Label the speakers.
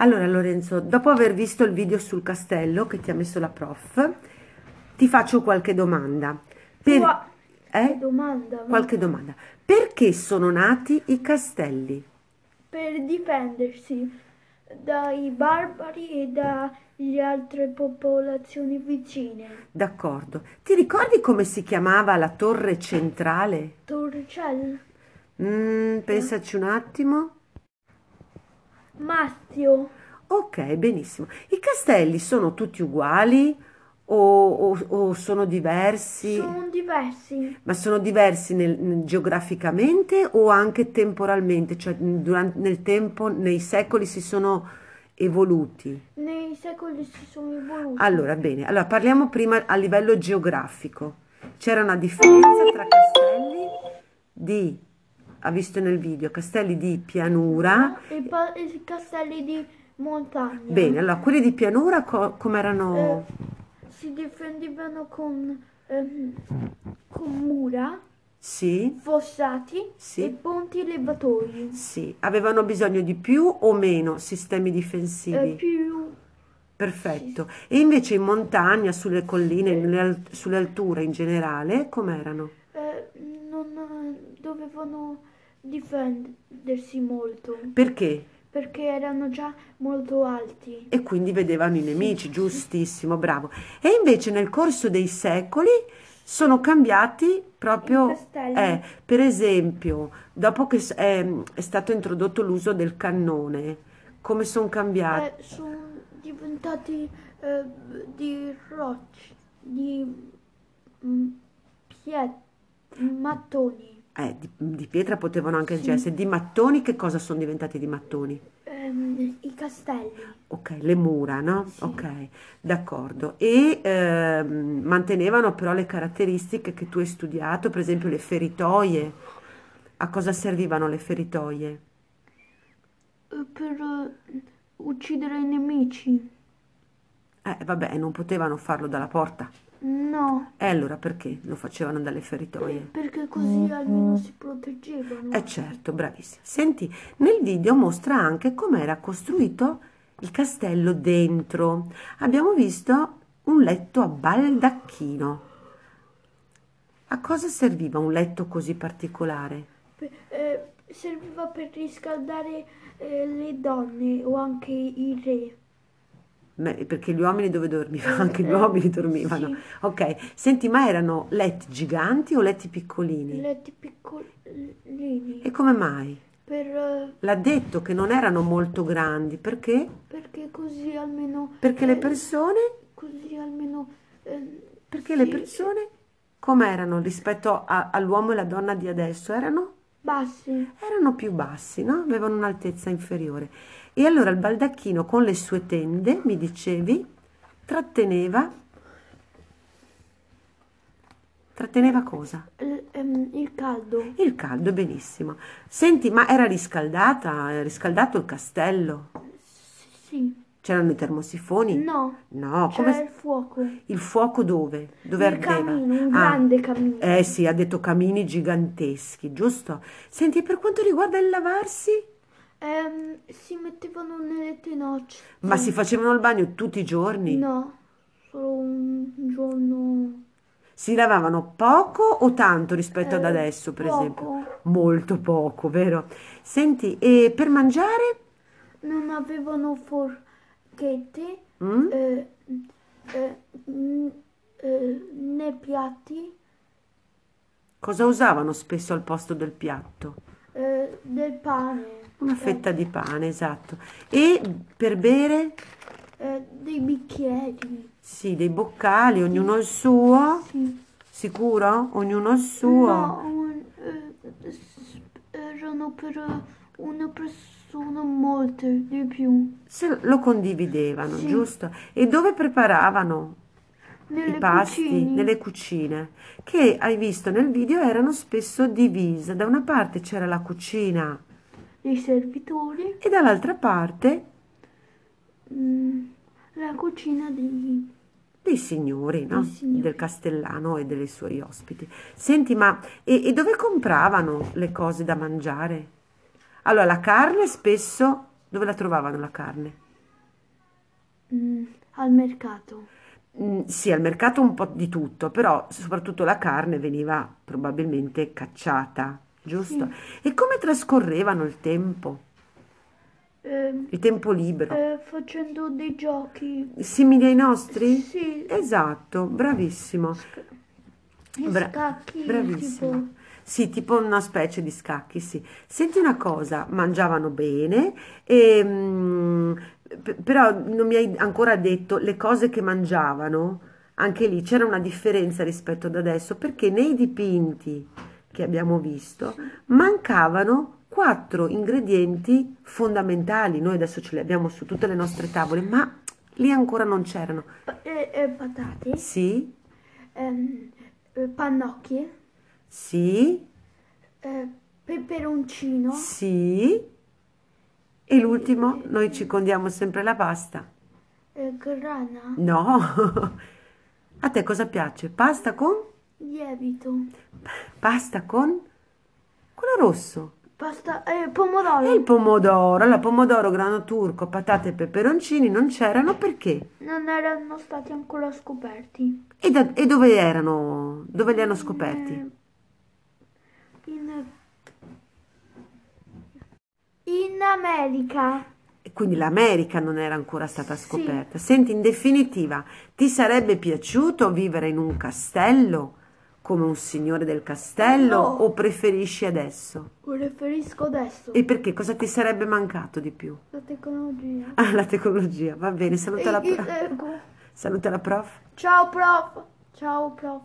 Speaker 1: Allora Lorenzo, dopo aver visto il video sul castello che ti ha messo la prof, ti faccio qualche domanda. Per-
Speaker 2: Ua-
Speaker 1: eh?
Speaker 2: Che domanda?
Speaker 1: Qualche domanda. Perché sono nati i castelli?
Speaker 2: Per difendersi dai barbari e dalle altre popolazioni vicine.
Speaker 1: D'accordo. Ti ricordi come si chiamava la torre centrale?
Speaker 2: Torcel,
Speaker 1: Mm, pensaci un attimo.
Speaker 2: Mastio,
Speaker 1: Ok, benissimo. I castelli sono tutti uguali o, o- o sono diversi?
Speaker 2: sono diversi.
Speaker 1: Ma sono diversi nel- nel- geograficamente o anche temporalmente? Cioè mm, duran- nel tempo, nei secoli si sono evoluti?
Speaker 2: Nei secoli si sono evoluti.
Speaker 1: Allora, bene, allora parliamo prima a livello geografico. C'era una differenza tra castelli di, ha visto nel video, castelli di pianura.
Speaker 2: E pa- e castelli di montagna.
Speaker 1: Bene, allora quelli di pianura co- come erano?
Speaker 2: Eh, si difendevano con, ehm, con mura,
Speaker 1: Sì,
Speaker 2: fossati
Speaker 1: Sì.
Speaker 2: e ponti elevatori.
Speaker 1: sì. Avevano bisogno di più o meno sistemi
Speaker 2: Eh,
Speaker 1: difensivi?
Speaker 2: più
Speaker 1: Perfetto. E invece in montagna, sulle colline, nelle al- sulle alture in generale, com'erano?
Speaker 2: eh, non eh, dovevano difendersi molto
Speaker 1: Perché?
Speaker 2: perché erano già molto alti.
Speaker 1: e quindi vedevano i nemici, giustissimo, bravo. E invece nel corso dei secoli sono cambiati proprio,
Speaker 2: I castelli.
Speaker 1: eh, per esempio, dopo che s- ehm, è stato introdotto l'uso del cannone, come sono cambiati?
Speaker 2: Eh, sono diventati eh, di rocce, di mm, pie- mattoni.
Speaker 1: Eh, di, di pietra potevano anche essere, di mattoni, che cosa sono diventati di mattoni?
Speaker 2: Ehm, I castelli.
Speaker 1: Ok, le mura, no?
Speaker 2: Sì.
Speaker 1: Ok, d'accordo. E ehm, mantenevano però le caratteristiche che tu hai studiato, per esempio le feritoie. A cosa servivano le feritoie?
Speaker 2: Eh, Per eh, uccidere i nemici.
Speaker 1: Eh, vabbè, non potevano farlo dalla porta.
Speaker 2: No,
Speaker 1: E allora perché lo facevano dalle feritoie?
Speaker 2: perché così almeno si proteggevano.
Speaker 1: Mm, Eh certo, bravissima. Senti, nel video mostra anche com'era costruito il castello dentro. Abbiamo visto un letto a baldacchino. A cosa serviva un letto così particolare?
Speaker 2: Pe- eh, serviva per riscaldare eh, le donne o anche i re.
Speaker 1: Beh, Perché gli uomini dove dormivano? Anche gli
Speaker 2: Eh,
Speaker 1: uomini dormivano.
Speaker 2: Sì,
Speaker 1: Ok, senti, ma erano letti giganti o letti piccolini?
Speaker 2: letti piccolini.
Speaker 1: E come mai?
Speaker 2: Per, eh,
Speaker 1: L'ha detto che non erano molto grandi, perché?
Speaker 2: perché così almeno...
Speaker 1: Perché le
Speaker 2: eh,
Speaker 1: persone,
Speaker 2: Così almeno... eh,
Speaker 1: perché le
Speaker 2: sì,
Speaker 1: persone com'erano rispetto a- all'uomo e alla donna di adesso? Erano,
Speaker 2: Bassi.
Speaker 1: erano più bassi, no? Avevano un'altezza inferiore. E allora il baldacchino con le sue tende, mi dicevi, tratteneva, tratteneva cosa?
Speaker 2: L- ehm, il caldo.
Speaker 1: Il caldo, benissimo. Senti, ma era riscaldata? Era riscaldato il castello?
Speaker 2: Sì.
Speaker 1: C'erano i termosifoni?
Speaker 2: No,
Speaker 1: No, come...
Speaker 2: c'era il fuoco.
Speaker 1: Il fuoco dove? Dove
Speaker 2: Il
Speaker 1: ardeva?
Speaker 2: camino, un
Speaker 1: Ah,
Speaker 2: grande camino.
Speaker 1: eh sì, ha detto camini giganteschi, giusto? Senti, per quanto riguarda il lavarsi,
Speaker 2: Ehm, si mettevano nelle tenocce.
Speaker 1: ma si facevano il bagno tutti i giorni?
Speaker 2: No, solo un giorno.
Speaker 1: Si lavavano poco o tanto rispetto ad
Speaker 2: eh,
Speaker 1: adesso, per esempio?
Speaker 2: poco.
Speaker 1: Molto poco, vero? Senti, e per mangiare?
Speaker 2: Non avevano forchette,
Speaker 1: Mm?
Speaker 2: eh, eh, n- eh, né piatti,
Speaker 1: Cosa usavano spesso al posto del piatto?
Speaker 2: eh, del pane,
Speaker 1: Una fetta di pane, esatto. E per bere?
Speaker 2: eh, eh, dei bicchieri.
Speaker 1: Sì, dei boccali, ognuno il suo.
Speaker 2: Sì.
Speaker 1: Sicuro? Ognuno il suo.
Speaker 2: No, un- eh, s- erano per una persona molte di più.
Speaker 1: Se lo condividevano,
Speaker 2: Sì.
Speaker 1: giusto? E dove preparavano i
Speaker 2: Nelle
Speaker 1: pasti?
Speaker 2: cucine.
Speaker 1: Nelle cucine, che hai visto nel video erano spesso divise. Da una parte c'era la cucina
Speaker 2: dei servitori,
Speaker 1: e dall'altra parte
Speaker 2: mm, la cucina dei...
Speaker 1: dei signori, no?
Speaker 2: Dei signori.
Speaker 1: Del castellano e dei suoi ospiti. Senti, ma e, e dove compravano le cose da mangiare? Allora, la carne spesso, dove la trovavano la carne?
Speaker 2: Mm, al mercato.
Speaker 1: Mm, Sì, al mercato un po' di tutto, però soprattutto la carne veniva probabilmente cacciata, giusto?
Speaker 2: Sì.
Speaker 1: E come trascorrevano il tempo,
Speaker 2: Ehm,
Speaker 1: il tempo libero?
Speaker 2: eh, facendo dei giochi.
Speaker 1: Simili ai nostri?
Speaker 2: Sì,
Speaker 1: Esatto, bravissimo,
Speaker 2: sc-
Speaker 1: Bra-
Speaker 2: scacchi
Speaker 1: bravissimo.
Speaker 2: tipo.
Speaker 1: Sì, tipo una specie di scacchi, sì. Senti una cosa, mangiavano bene, e, mm, p- però non mi hai ancora detto le cose che mangiavano, anche lì c'era una differenza rispetto ad adesso, perché nei dipinti che abbiamo visto
Speaker 2: Sì.
Speaker 1: mancavano quattro ingredienti fondamentali. Noi adesso ce li abbiamo su tutte le nostre tavole, ma lì ancora non c'erano.
Speaker 2: Pa- eh, eh, patate,
Speaker 1: Sì,
Speaker 2: ehm, eh, pannocchie,
Speaker 1: sì.
Speaker 2: eh, peperoncino,
Speaker 1: Sì. E
Speaker 2: eh,
Speaker 1: l'ultimo,
Speaker 2: eh,
Speaker 1: noi ci condiamo sempre la pasta.
Speaker 2: eh, grana,
Speaker 1: No. A te cosa piace? Pasta con?
Speaker 2: lievito,
Speaker 1: Pasta con? Quello rosso.
Speaker 2: pasta, eh,
Speaker 1: E il
Speaker 2: pomodoro.
Speaker 1: pomodoro, la pomodoro, grano turco, patate e peperoncini non c'erano perché?
Speaker 2: Non erano stati ancora scoperti.
Speaker 1: E, da- e dove erano? Dove li hanno
Speaker 2: In,
Speaker 1: scoperti?
Speaker 2: eh, in, in America.
Speaker 1: E quindi l'America non era ancora stata
Speaker 2: Sì,
Speaker 1: scoperta. Senti, in definitiva, ti sarebbe piaciuto vivere in un castello come un signore del castello o
Speaker 2: no,
Speaker 1: preferisci adesso?
Speaker 2: lo preferisco
Speaker 1: E
Speaker 2: adesso,
Speaker 1: perché cosa ti sarebbe mancato di più?
Speaker 2: la tecnologia.
Speaker 1: Ah, la tecnologia, va bene, saluta
Speaker 2: E,
Speaker 1: la, pro-
Speaker 2: e- ecco.
Speaker 1: saluta la prof.
Speaker 2: Ciao prof, ciao prof.